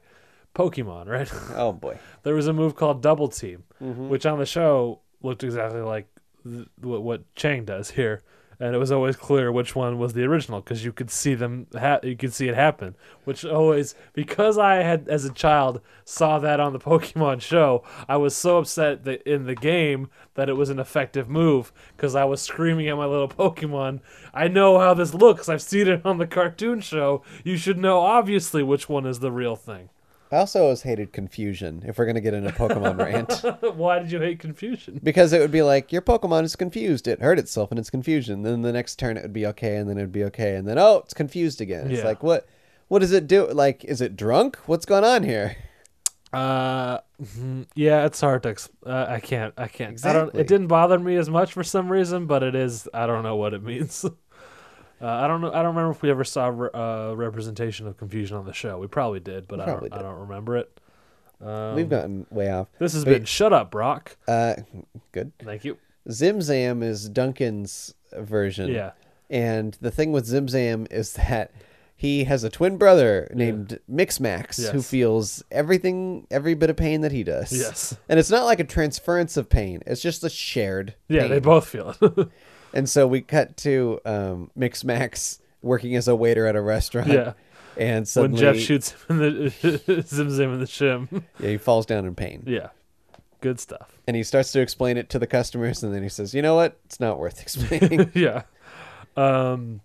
Speaker 8: Pokemon, right?
Speaker 7: Oh boy,
Speaker 8: there was a move called Double Team, which on the show looked exactly like th- what, what Chang does here, and it was always clear which one was the original because you could see them, ha- you could see it happen. Which always, because I had as a child saw that on the Pokemon show, I was so upset that in the game that it was an effective move because I was screaming at my little Pokemon. I know how this looks. I've seen it on the cartoon show. You should know obviously which one is the real thing.
Speaker 7: I also always hated confusion. If we're gonna get into Pokemon rant,
Speaker 8: Why did you hate confusion?
Speaker 7: because it would be like your Pokemon is confused. It hurt itself in its confusion. Then the next turn it would be okay, and then it'd be okay, and then oh, it's confused again. It's
Speaker 8: Yeah.
Speaker 7: like what, what does it do? Like, is it drunk? What's going on here?
Speaker 8: Uh, mhm. yeah, it's hard to. Exp- uh, I can't. I can't. I don't.
Speaker 7: Exactly.
Speaker 8: It didn't bother me as much for some reason, but it is. I don't know what it means. uh, I don't know. I don't remember if we ever saw re- uh, representation of confusion on the show. We probably did, but I don't.
Speaker 7: probably
Speaker 8: I
Speaker 7: did.
Speaker 8: don't remember it. Um,
Speaker 7: We've gotten way off.
Speaker 8: This has
Speaker 7: But-
Speaker 8: been shut up, Brock.
Speaker 7: uh, good.
Speaker 8: Thank you.
Speaker 7: Zimzam is Duncan's version.
Speaker 8: Yeah.
Speaker 7: And the thing with Zimzam is that He has a twin brother named Mix Max who
Speaker 8: Yes.
Speaker 7: feels everything, every bit of pain that he does.
Speaker 8: Yes.
Speaker 7: And it's not like a transference of pain, it's just a shared
Speaker 8: Yeah,
Speaker 7: pain.
Speaker 8: they both feel it.
Speaker 7: And so we cut to um, Mix Max working as a waiter at a restaurant.
Speaker 8: Yeah.
Speaker 7: And suddenly
Speaker 8: when Jeff shoots him in the zim zim in the shim.
Speaker 7: yeah, he falls down in pain.
Speaker 8: Yeah. Good stuff.
Speaker 7: And he starts to explain it to the customers. And then he says, you know what? It's not worth explaining.
Speaker 8: Yeah. Um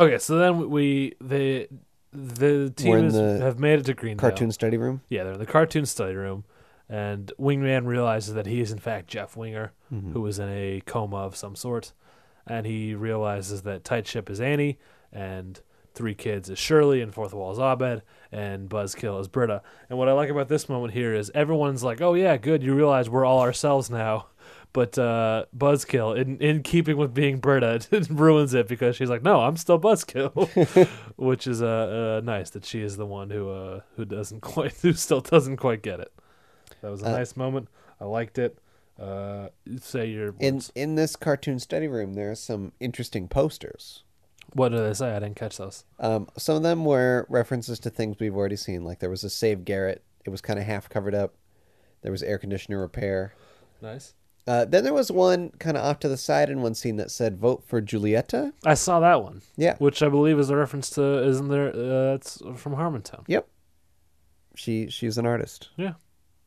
Speaker 8: Okay, so then we they the
Speaker 7: We're
Speaker 8: team
Speaker 7: in
Speaker 8: is,
Speaker 7: the
Speaker 8: have made it to Green
Speaker 7: Cartoon study room.
Speaker 8: Yeah, they're in the cartoon study room, and Wingman realizes that he is in fact Jeff Winger, who was in a coma of some sort, and he realizes that Tight Ship is Annie, and Three Kids is Shirley, and Fourth Wall is Abed, and Buzzkill is Britta. And what I like about this moment here is everyone's like, "Oh yeah, good, you realize we're all ourselves now." But uh, Buzzkill, in, in keeping with being Britta, it ruins it because she's like, "No, I'm still Buzzkill," which is uh, uh, nice that she is the one who uh, who doesn't quite who still doesn't quite get it. That was a nice moment. I liked it. Uh, say your
Speaker 7: In,
Speaker 8: words.
Speaker 7: in this cartoon study room, there are some interesting posters.
Speaker 8: what did they say? I didn't catch those.
Speaker 7: Um, some of them were references to things we've already seen. Like there was a Save Garrett. It was kind of half covered up. There was air conditioner repair.
Speaker 8: Nice.
Speaker 7: Uh, then there was one kind of off to the side in one scene that said "Vote for Julieta."
Speaker 8: I saw that one.
Speaker 7: Yeah.
Speaker 8: which I believe is a reference to isn't there? Uh, it's from Harmontown.
Speaker 7: Yep. She she's an artist
Speaker 8: Yeah,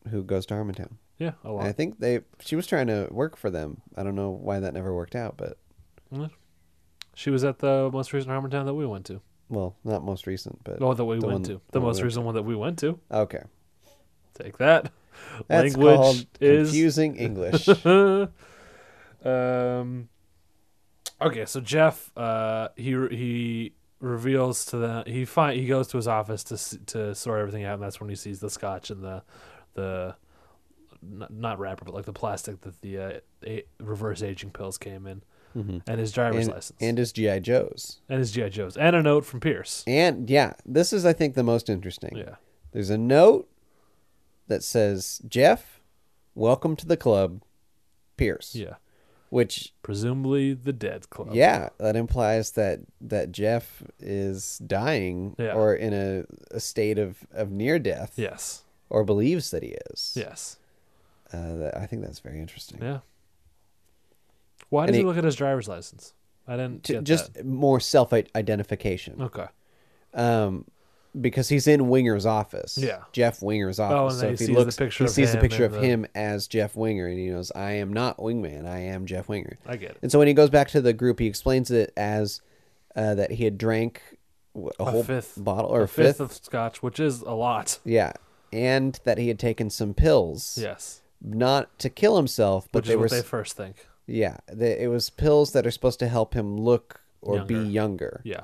Speaker 7: who goes to Harmontown.
Speaker 8: yeah, Oh, a lot.
Speaker 7: I think they she was trying to work for them. I don't know why that never worked out, but
Speaker 8: she was at the most recent Harmontown that we went to.
Speaker 7: well, not most recent, but
Speaker 8: Oh, that we went
Speaker 7: one-
Speaker 8: to the
Speaker 7: one
Speaker 8: most
Speaker 7: we-
Speaker 8: recent one that we went to.
Speaker 7: Okay,
Speaker 8: Take that.
Speaker 7: that's
Speaker 8: Language
Speaker 7: called
Speaker 8: is
Speaker 7: confusing English.
Speaker 8: um okay so jeff uh he he reveals to the he find he goes to his office to s- to sort everything out and that's when he sees the scotch and the the not, not wrapper but like the plastic that the uh, a, reverse aging pills came in and his driver's
Speaker 7: Mm-hmm. and,
Speaker 8: license
Speaker 7: and his GI Joes.
Speaker 8: and his gi joes and a note from pierce
Speaker 7: And yeah, this is I think the most interesting.
Speaker 8: yeah
Speaker 7: There's a note that says, "Jeff, welcome to the club, Pierce."
Speaker 8: yeah
Speaker 7: Which
Speaker 8: presumably the dead club
Speaker 7: yeah, that implies that that Jeff is dying
Speaker 8: Yeah.
Speaker 7: or in a, a state of of near death
Speaker 8: yes
Speaker 7: or believes that he is.
Speaker 8: yes
Speaker 7: Uh, that, I think that's very interesting.
Speaker 8: yeah why
Speaker 7: And
Speaker 8: does he,
Speaker 7: he-
Speaker 8: look at his driver's license i didn't
Speaker 7: To,
Speaker 8: get
Speaker 7: just
Speaker 8: that.
Speaker 7: more self identification.
Speaker 8: okay
Speaker 7: um, because he's in Winger's office.
Speaker 8: Yeah. Oh,
Speaker 7: Jeff Winger's office.
Speaker 8: and then he sees the picture
Speaker 7: he
Speaker 8: of
Speaker 7: sees the
Speaker 8: him
Speaker 7: picture
Speaker 8: and
Speaker 7: of
Speaker 8: the-
Speaker 7: him as Jeff Winger, and he knows I am not Wingman. I am Jeff Winger.
Speaker 8: I get it.
Speaker 7: And so when he goes back to the group, he explains it as uh, that he had drank w- a,
Speaker 8: a
Speaker 7: whole
Speaker 8: fifth
Speaker 7: bottle or
Speaker 8: a
Speaker 7: a fifth,
Speaker 8: of scotch, which is a lot.
Speaker 7: yeah, and that he had taken some pills.
Speaker 8: Yes,
Speaker 7: Not to kill himself, but
Speaker 8: which
Speaker 7: they
Speaker 8: is
Speaker 7: were
Speaker 8: what they
Speaker 7: s-
Speaker 8: first think.
Speaker 7: yeah, they, it was pills that are supposed to help him look or
Speaker 8: Younger.
Speaker 7: be younger.
Speaker 8: Yeah,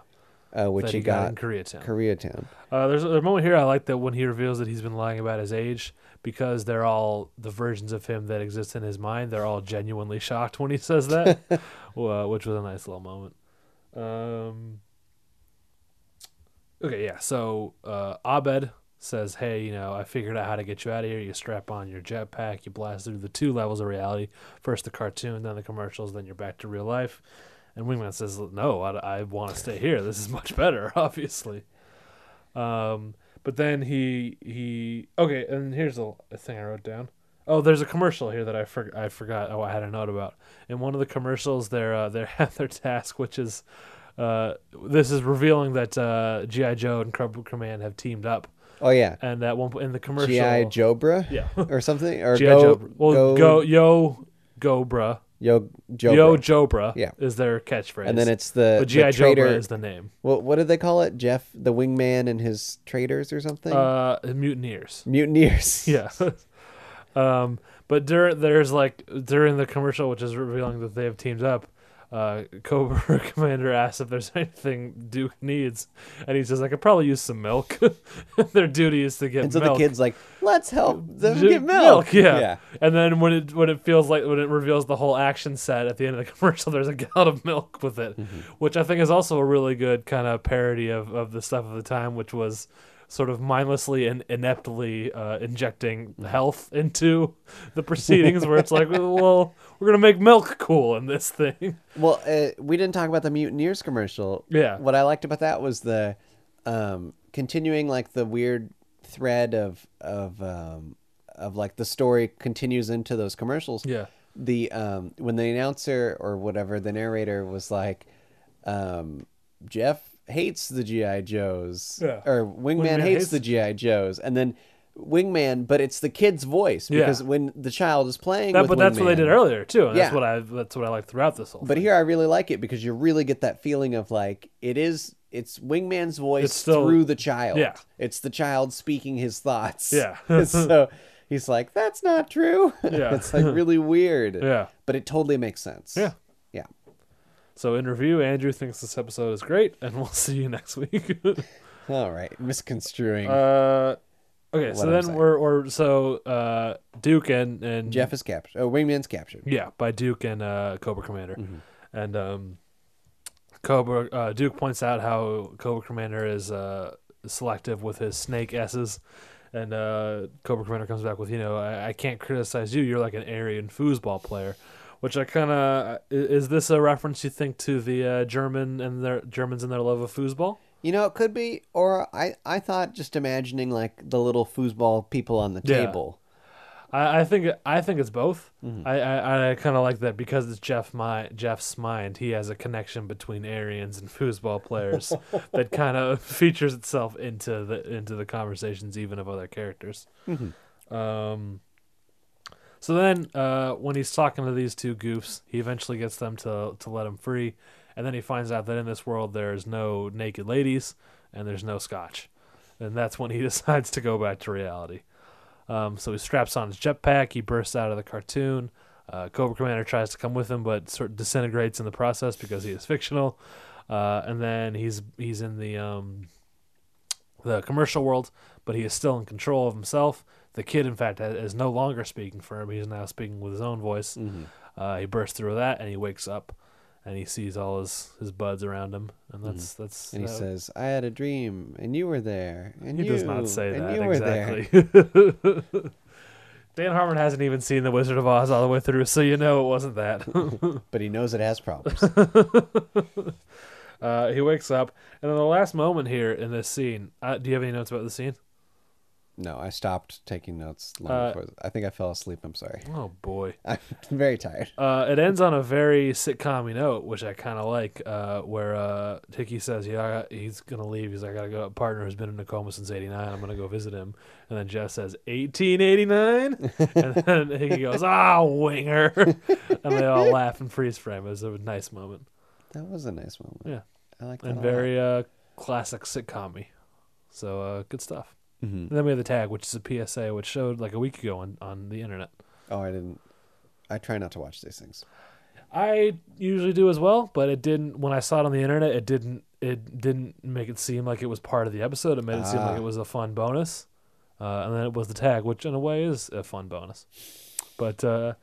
Speaker 7: uh, which
Speaker 8: that
Speaker 7: he,
Speaker 8: he got
Speaker 7: got,
Speaker 8: in Koreatown.
Speaker 7: Koreatown.
Speaker 8: uh, there's a moment here I like that when he reveals that he's been lying about his age because they're all the versions of him that exist in his mind. They're all genuinely shocked when he says that, Wha- which was a nice little moment. Um, okay, yeah. So uh, Abed says, "Hey, you know, I figured out how to get you out of here. You strap on your jetpack, you blast through the two levels of reality: first the cartoon, then the commercials, then you're back to real life." And Wingman says, "No, I, I want to stay here. This is much better, obviously." Um, but then he he okay, and here's a, a thing I wrote down. Oh, there's a commercial here that I for, I forgot. Oh, I had a note about. In one of the commercials, they're uh, they have their task, which is uh, this is revealing that uh, GI Joe and Cobra Command have teamed up,
Speaker 7: Oh yeah,
Speaker 8: and at one point in the commercial,
Speaker 7: GI Jobra,
Speaker 8: Yeah.
Speaker 7: or something, or
Speaker 8: GI
Speaker 7: go,
Speaker 8: Joe, well, go, yo, go, bruh.
Speaker 7: yo Jobra,
Speaker 8: Yo, Jobra
Speaker 7: Yeah.
Speaker 8: is their catchphrase.
Speaker 7: and then it's the,
Speaker 8: but GI
Speaker 7: the
Speaker 8: Joe
Speaker 7: traitor.
Speaker 8: is the name.
Speaker 7: what, what did they call it? Jeff, the wingman, and his traitors or something.
Speaker 8: Uh, mutineers.
Speaker 7: Mutineers.
Speaker 8: Yeah. um, but during there's like during the commercial, which is revealing that they have teamed up. Uh, Cobra Commander asks if there's anything Duke needs, and he says, "I could probably use some milk." Their duty is to get
Speaker 7: And so
Speaker 8: milk.
Speaker 7: the kid's like, let's help them
Speaker 8: Ju-
Speaker 7: get milk.
Speaker 8: yeah. And then when it when it feels like when it reveals the whole action set at the end of the commercial, there's a gallon of milk with it, which I think is also a really good kind of parody of, of the stuff of the time, which was sort of mindlessly and ineptly uh, injecting health into the proceedings, where it's like, well, we're gonna make milk cool in this thing.
Speaker 7: Well, uh, we didn't talk about the Mutineers commercial.
Speaker 8: Yeah.
Speaker 7: What I liked about that was the um, continuing like the weird thread of of um, of like the story continues into those commercials.
Speaker 8: Yeah.
Speaker 7: The um, when the announcer or whatever the narrator was like, um, Jeff hates the GI Joes
Speaker 8: Yeah.
Speaker 7: or Wingman,
Speaker 8: Wingman
Speaker 7: hates,
Speaker 8: hates-
Speaker 7: the GI Joes, and then. Wingman, but it's the kid's voice
Speaker 8: Yeah.
Speaker 7: because when the child is playing,
Speaker 8: That,
Speaker 7: with
Speaker 8: but that's what they
Speaker 7: Wingman-
Speaker 8: did earlier too, and that's
Speaker 7: Yeah.
Speaker 8: what I that's what I like throughout this whole.
Speaker 7: but
Speaker 8: thing.
Speaker 7: here I really like it because you really get that feeling of like it is it's Wingman's voice
Speaker 8: It's still-
Speaker 7: through the child.
Speaker 8: Yeah.
Speaker 7: It's the child speaking his thoughts.
Speaker 8: Yeah.
Speaker 7: so he's like, That's not true.
Speaker 8: Yeah.
Speaker 7: it's like really weird.
Speaker 8: Yeah.
Speaker 7: But it totally makes sense.
Speaker 8: Yeah.
Speaker 7: Yeah.
Speaker 8: so in review, Andrew thinks this episode is great, and we'll see you next week.
Speaker 7: All right. Misconstruing.
Speaker 8: Uh, okay, so
Speaker 7: I'm
Speaker 8: then
Speaker 7: saying.
Speaker 8: we're or so uh, Duke and and
Speaker 7: Jeff is captured. Oh, Wingman's captured.
Speaker 8: yeah, by Duke and uh, Cobra Commander,
Speaker 7: Mm-hmm.
Speaker 8: and um, Cobra uh, Duke points out how Cobra Commander is uh, selective with his snake s's, and uh, Cobra Commander comes back with you know I, I can't criticize you. You're like an Aryan foosball player. Which I kind of is this a reference you think to the uh, German and their Germans and their love of foosball?
Speaker 7: You know, it could be or I I thought just imagining like the little foosball people on the
Speaker 8: Yeah.
Speaker 7: table.
Speaker 8: I, I think I think it's both. I, I, I kind of like that because it's Jeff my Jeff's mind. He has a connection between Aryans and foosball players that kind of features itself into the into the conversations even of other characters. Um, so then uh, when he's talking to these two goofs, he eventually gets them to to let him free, and then he finds out that in this world there's no naked ladies and there's no scotch, and that's when he decides to go back to reality. Um, so he straps on his jetpack. He bursts out of the cartoon. Uh, Cobra Commander tries to come with him, but sort of disintegrates in the process because he is fictional. Uh, and then he's he's in the um, the commercial world, but he is still in control of himself. The kid, in fact, ha- is no longer speaking for him. He's now speaking with his own voice.
Speaker 7: Mm-hmm.
Speaker 8: Uh, he bursts through that, and he wakes up, and he sees all his, his buds around him, and that's that's.
Speaker 7: Mm-hmm. And he
Speaker 8: that-
Speaker 7: says, "I had a dream, and you were there, and
Speaker 8: he
Speaker 7: you,
Speaker 8: does not say
Speaker 7: and
Speaker 8: that
Speaker 7: you were there."
Speaker 8: exactly. Dan Harmon hasn't even seen The Wizard of Oz all the way through, so you know it wasn't that.
Speaker 7: but he knows it has problems.
Speaker 8: uh, he wakes up, and then the last moment here in this scene. Uh, do you have any notes about the scene?
Speaker 7: no, I stopped taking notes long
Speaker 8: Uh,
Speaker 7: before. I think I fell asleep. I'm sorry.
Speaker 8: Oh boy.
Speaker 7: I'm very tired.
Speaker 8: Uh, it ends on a very sitcom note, which I kind of like, uh, where uh, Hickey says, "Yeah, I- he's gonna leave. He's like, I gotta go. A partner who's been in Tacoma since '89. I'm gonna go visit him." And then Jeff says, "1889," and then Hickey goes, "Ah, winger," and they all laugh and freeze frame. It was a nice moment.
Speaker 7: That was a nice moment.
Speaker 8: Yeah,
Speaker 7: I like that.
Speaker 8: and
Speaker 7: a lot.
Speaker 8: very uh, classic sitcom. So uh, good stuff.
Speaker 7: Mm-hmm.
Speaker 8: And then we have the tag, which is a PSA, which showed like a week ago on, on the internet.
Speaker 7: Oh, I didn't. I try not to watch these things.
Speaker 8: I usually do as well, but it didn't when I saw it on the internet, it didn't it didn't make it seem like it was part of the episode. It made it seem like it was a fun bonus. Uh, and then it was the tag, which in a way is a fun bonus. But uh,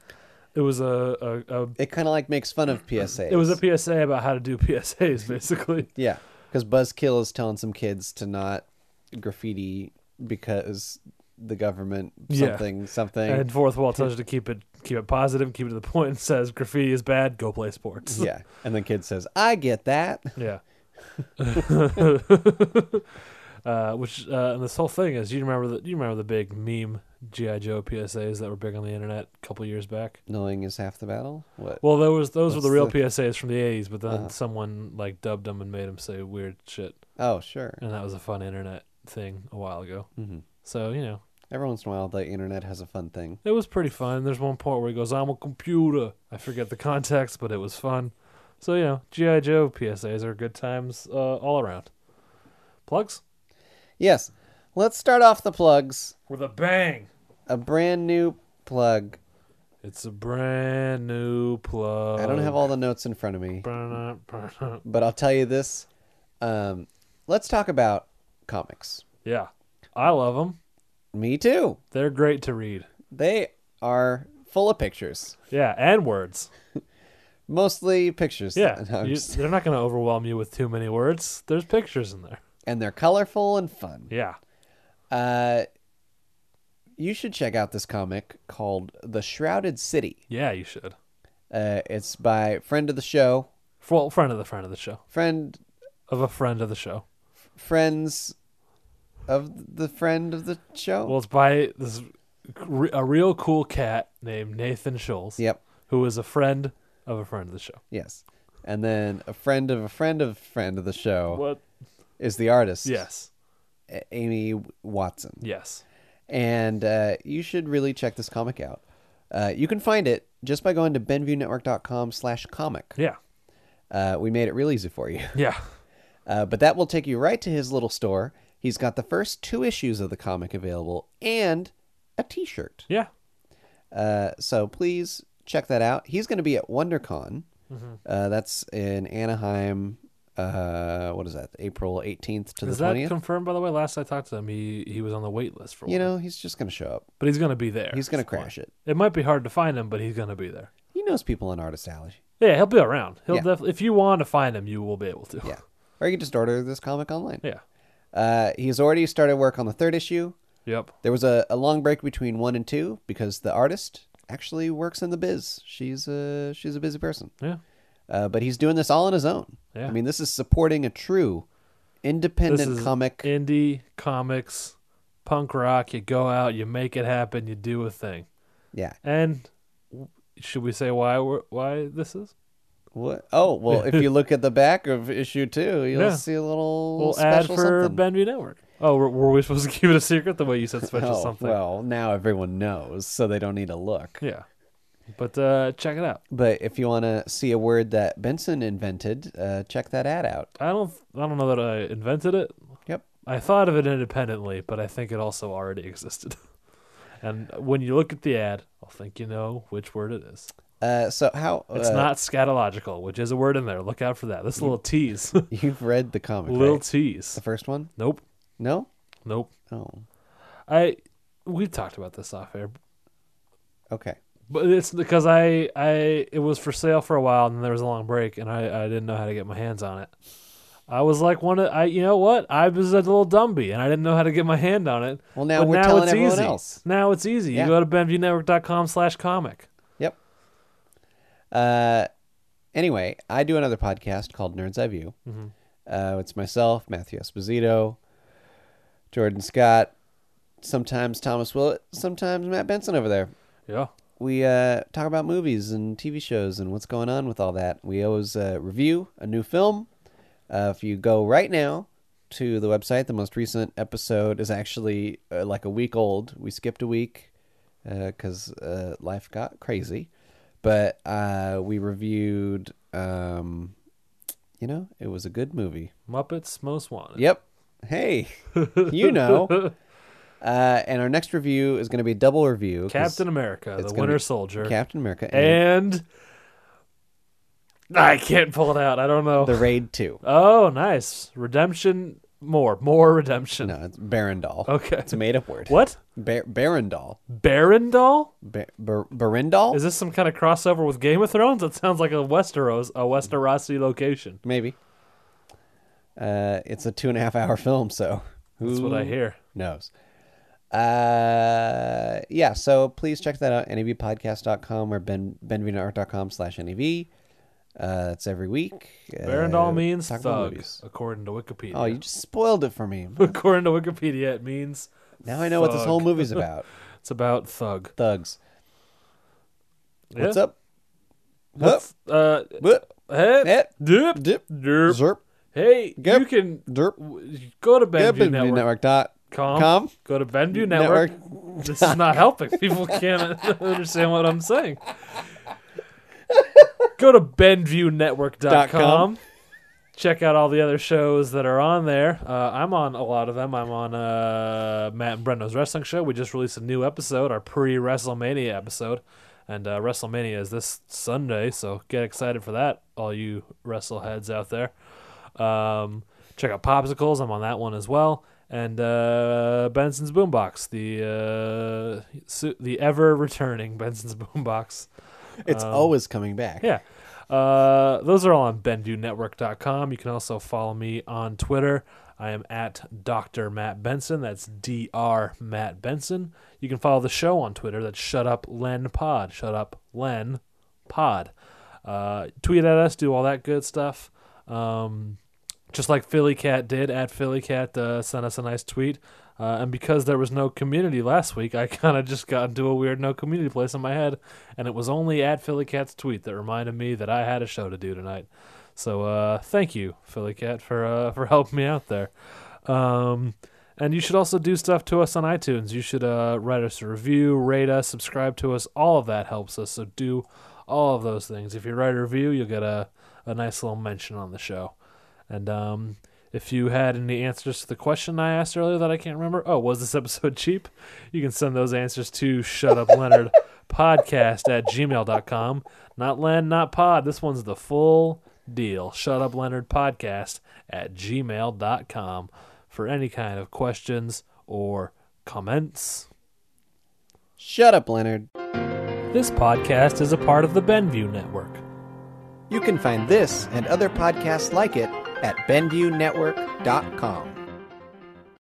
Speaker 8: it was a, a, a
Speaker 7: It kind of like makes fun of PSA.
Speaker 8: it was a PSA about how to do PSAs basically.
Speaker 7: yeah, because Buzzkill is telling some kids to not graffiti because the government
Speaker 8: Yeah.
Speaker 7: something something.
Speaker 8: and fourth wall tells you to keep it keep it positive, keep it to the point and says graffiti is bad, go play sports.
Speaker 7: yeah, and the kid says, "I get that."
Speaker 8: Yeah. uh, which uh, and this whole thing is you remember the you remember the big meme GI Joe PSAs that were big on the internet a couple years back.
Speaker 7: Knowing is half the battle. What?
Speaker 8: Well, there was those were
Speaker 7: What's
Speaker 8: the real
Speaker 7: the-
Speaker 8: PSAs from the '80s, but then someone like dubbed them and made them say weird shit,
Speaker 7: oh, sure.
Speaker 8: and that was a fun internet thing a while ago. Mm-hmm. So you know,
Speaker 7: Every once in a while, the internet has a fun thing.
Speaker 8: it was pretty fun. There's one point where he goes, "I'm a computer." I forget the context, but it was fun. So you know, GI Joe PSAs are good times uh, all around. Plugs
Speaker 7: Yes. Let's start off the plugs.
Speaker 8: with a bang.
Speaker 7: A brand new plug.
Speaker 8: It's a brand new plug.
Speaker 7: I don't have all the notes in front of me,
Speaker 8: all.
Speaker 7: but I'll tell you this. Um, let's talk about comics.
Speaker 8: yeah, I love them.
Speaker 7: Me too.
Speaker 8: They're great to read.
Speaker 7: They are full of pictures,
Speaker 8: Yeah, and words.
Speaker 7: mostly pictures.
Speaker 8: Yeah,
Speaker 7: No, I'm
Speaker 8: you-
Speaker 7: just-
Speaker 8: they're not going to overwhelm you with too many words. There's pictures in there.
Speaker 7: and they're colorful and fun.
Speaker 8: Yeah,
Speaker 7: Uh, you should check out this comic called The Shrouded City.
Speaker 8: Yeah, you should.
Speaker 7: Uh, it's by friend of the show,
Speaker 8: Well, friend of the friend of the show.
Speaker 7: friend
Speaker 8: Of a friend of the show.
Speaker 7: friends of the friend of the show.
Speaker 8: Well, it's by this re- a real cool cat named Nathan Scholes.
Speaker 7: yep.
Speaker 8: Who is a friend of a friend of the show.
Speaker 7: Yes. And then a friend of a friend of friend of the show
Speaker 8: What?
Speaker 7: is the artist.
Speaker 8: Yes.
Speaker 7: A- Amy Watson.
Speaker 8: Yes.
Speaker 7: and uh, you should really check this comic out. Uh, you can find it just by going to benviewnetwork.com slash comic.
Speaker 8: Yeah.
Speaker 7: Uh, we made it real easy for you.
Speaker 8: Yeah.
Speaker 7: Uh, but that will take you right to his little store. He's got the first two issues of the comic available and a t-shirt.
Speaker 8: Yeah.
Speaker 7: Uh, so please check that out. He's going to be at WonderCon.
Speaker 8: Mm-hmm.
Speaker 7: Uh, that's in Anaheim. Uh, what is that? April 18th to
Speaker 8: Is
Speaker 7: the
Speaker 8: that
Speaker 7: 20th.
Speaker 8: confirmed? By the way, last I talked to him, he he was on the wait list for.
Speaker 7: you
Speaker 8: one.
Speaker 7: know, he's just going to show up.
Speaker 8: but he's gonna be there.
Speaker 7: He's going to
Speaker 8: That's fine.
Speaker 7: crash it.
Speaker 8: It might be hard to find him, but he's gonna be there.
Speaker 7: He knows people in Artist Alley.
Speaker 8: Yeah, he'll be around. He'll
Speaker 7: Yeah.
Speaker 8: definitely. If you want to find him, you will be able to.
Speaker 7: Yeah. Or you can just order this comic online.
Speaker 8: Yeah.
Speaker 7: Uh, he's already started work on the third issue.
Speaker 8: Yep.
Speaker 7: There was a, a long break between one and two because the artist actually works in the biz. She's a, she's a busy person.
Speaker 8: Yeah.
Speaker 7: Uh, but he's doing this all on his own.
Speaker 8: Yeah.
Speaker 7: I mean, this is supporting a true independent comic.
Speaker 8: indie comics, punk rock. You go out, you make it happen, you do a thing.
Speaker 7: Yeah.
Speaker 8: And w- should we say why we're, why this is?
Speaker 7: What? Oh, well, if you look at the back of issue two, you'll
Speaker 8: Yeah.
Speaker 7: see a little
Speaker 8: We'll add
Speaker 7: special
Speaker 8: for
Speaker 7: something.
Speaker 8: Benview Network. Oh, were, were we supposed to keep it a secret the way you said special
Speaker 7: oh,
Speaker 8: something?
Speaker 7: Well, now everyone knows, so they don't need to look.
Speaker 8: Yeah. But uh, check it out.
Speaker 7: But if you want to see a word that Benson invented, uh, check that ad out.
Speaker 8: I don't I don't know that I invented it.
Speaker 7: Yep.
Speaker 8: I thought of it independently, but I think it also already existed. and when you look at the ad, I'll think you know which word it is.
Speaker 7: Uh, so how
Speaker 8: It's
Speaker 7: uh,
Speaker 8: not scatological, which is a word in there. Look out for that. This little tease.
Speaker 7: You've read the comic,
Speaker 8: little
Speaker 7: right?
Speaker 8: tease.
Speaker 7: the first one?
Speaker 8: Nope.
Speaker 7: No.
Speaker 8: Nope.
Speaker 7: Oh,
Speaker 8: I we talked about this off air,
Speaker 7: okay.
Speaker 8: but it's because I I it was for sale for a while and then there was a long break and I I didn't know how to get my hands on it. I was like one of I you know what I was a little dumby and I didn't know how to get my hand on it.
Speaker 7: Well, now
Speaker 8: But
Speaker 7: we're telling
Speaker 8: it's
Speaker 7: everyone
Speaker 8: easy.
Speaker 7: else.
Speaker 8: Now it's easy.
Speaker 7: Yeah.
Speaker 8: You go to benviewnetwork.com slash comic.
Speaker 7: Yep. Uh, anyway, I do another podcast called Nerds Eye View. Uh, it's myself, Matthew Esposito, Jordan Scott, sometimes Thomas Willett, sometimes Matt Benson over there.
Speaker 8: Yeah.
Speaker 7: we uh, talk about movies and TV shows and what's going on with all that. We always uh, review a new film. Uh, if you go right now to the website, the most recent episode is actually uh, like a week old. We skipped a week because uh, life got crazy, but uh, we reviewed. Um, you know, it was a good movie.
Speaker 8: Muppets Most Wanted.
Speaker 7: Yep. Hey, you know. Uh, and our next review is going to be a double review. 'cause
Speaker 8: Captain America,
Speaker 7: it's
Speaker 8: the
Speaker 7: gonna
Speaker 8: Winter
Speaker 7: be
Speaker 8: Soldier.
Speaker 7: Captain America,
Speaker 8: and I can't pull it out. I don't know.
Speaker 7: The Raid 2.
Speaker 8: Oh, nice. Redemption. More. More redemption.
Speaker 7: No, it's Barendal.
Speaker 8: Okay.
Speaker 7: It's a made up word.
Speaker 8: What?
Speaker 7: Bar- Barendal.
Speaker 8: Baron doll?
Speaker 7: Bar- Bar- Barendal?
Speaker 8: Is this some kind of crossover with Game of Thrones? That sounds like a Westeros, a Westerosi location.
Speaker 7: Maybe. Uh, it's a two and a half hour film, so who
Speaker 8: That's what I hear.
Speaker 7: knows? Uh, yeah, so please check that out. NAVpodcast.com or ben, benvenart.com slash NAV. Uh, that's every week. Uh,
Speaker 8: Baron doll means
Speaker 7: talk about
Speaker 8: thug,
Speaker 7: movies.
Speaker 8: according to Wikipedia.
Speaker 7: Oh, you just spoiled it for me.
Speaker 8: according to Wikipedia, it means
Speaker 7: Now I know what this whole movie's about.
Speaker 8: it's about thug.
Speaker 7: Thugs. What's
Speaker 8: Yeah.
Speaker 7: up?
Speaker 8: What's, uh,
Speaker 7: Whoop.
Speaker 8: hey,
Speaker 7: Hep.
Speaker 8: dip,
Speaker 7: Dip.
Speaker 8: derp.
Speaker 7: Eh? Zerp.
Speaker 8: hey,
Speaker 7: Gep.
Speaker 8: you can
Speaker 7: Derp.
Speaker 8: w- go to
Speaker 7: Yep,
Speaker 8: Benview Network.
Speaker 7: benvenutwork.com.
Speaker 8: com.
Speaker 7: Com.
Speaker 8: Go to Benview Network. This is not helping. People can't understand what I'm saying. Go to
Speaker 7: Dot
Speaker 8: BenviewNetwork.com.
Speaker 7: com.
Speaker 8: Check out all the other shows that are on there. Uh, I'm on a lot of them. I'm on uh, Matt and Brendo's Wrestling Show. We just released a new episode, our pre WrestleMania episode. And uh, WrestleMania is this Sunday, so get excited for that, all you wrestle heads out there. Um, check out Popsicles. I'm on that one as well. And uh, Benson's Boombox, the uh, su- the ever returning Benson's Boombox.
Speaker 7: It's always coming back.
Speaker 8: Um, Yeah. Uh, those are all on BenviewNetwork.com. You can also follow me on Twitter. I am at Dr. Matt Benson. That's Dr. Matt Benson. You can follow the show on Twitter. That's Shut Up Len Pod. Shut Up Len Pod. Uh, tweet at us. Do all that good stuff. Um, just like Philly Cat did at Philly Cat, uh, sent us a nice tweet. Uh, and because there was no community last week, I kind of just got into a weird no community place in my head, and it was only at Philly Cat's tweet that reminded me that I had a show to do tonight. So uh, thank you, Philly Cat, for uh, for helping me out there. Um, and you should also do stuff to us on iTunes. You should uh, write us a review, rate us, subscribe to us. All of that helps us. So do all of those things. If you write a review, you'll get a, a nice little mention on the show. And um, if you had any answers to the question I asked earlier that I can't remember, oh, was this episode cheap? You can send those answers to Shut Up Leonard podcast at gmail.com. Not Len, not pod. This one's the full deal. Shut Up Leonard podcast at gmail.com for any kind of questions or comments.
Speaker 7: Shut up, Leonard.
Speaker 8: This podcast is a part of the Benview Network.
Speaker 7: You can find this and other podcasts like it at BenviewNetwork.com.